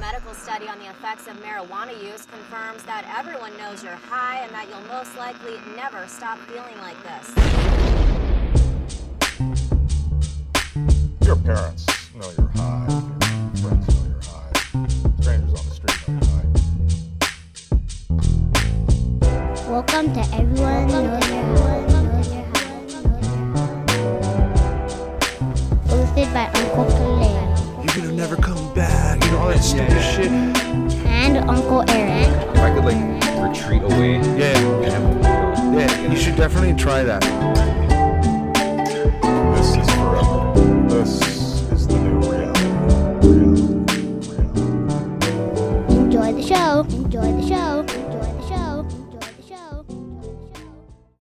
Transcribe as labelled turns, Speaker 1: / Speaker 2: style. Speaker 1: medical study on the effects of marijuana use confirms that everyone knows you're high and that you'll most likely never stop feeling like this.
Speaker 2: Your parents know you're high, your friends know you're high, strangers on the street know you're
Speaker 3: high. Welcome to everyone. Welcome to everyone. hosted by Uncle Khalil.
Speaker 4: You could have never come back, and all that stupid yeah. shit.
Speaker 3: And Uncle Aaron.
Speaker 5: If I could like retreat away.
Speaker 4: Yeah. Yeah. yeah. You should definitely try that.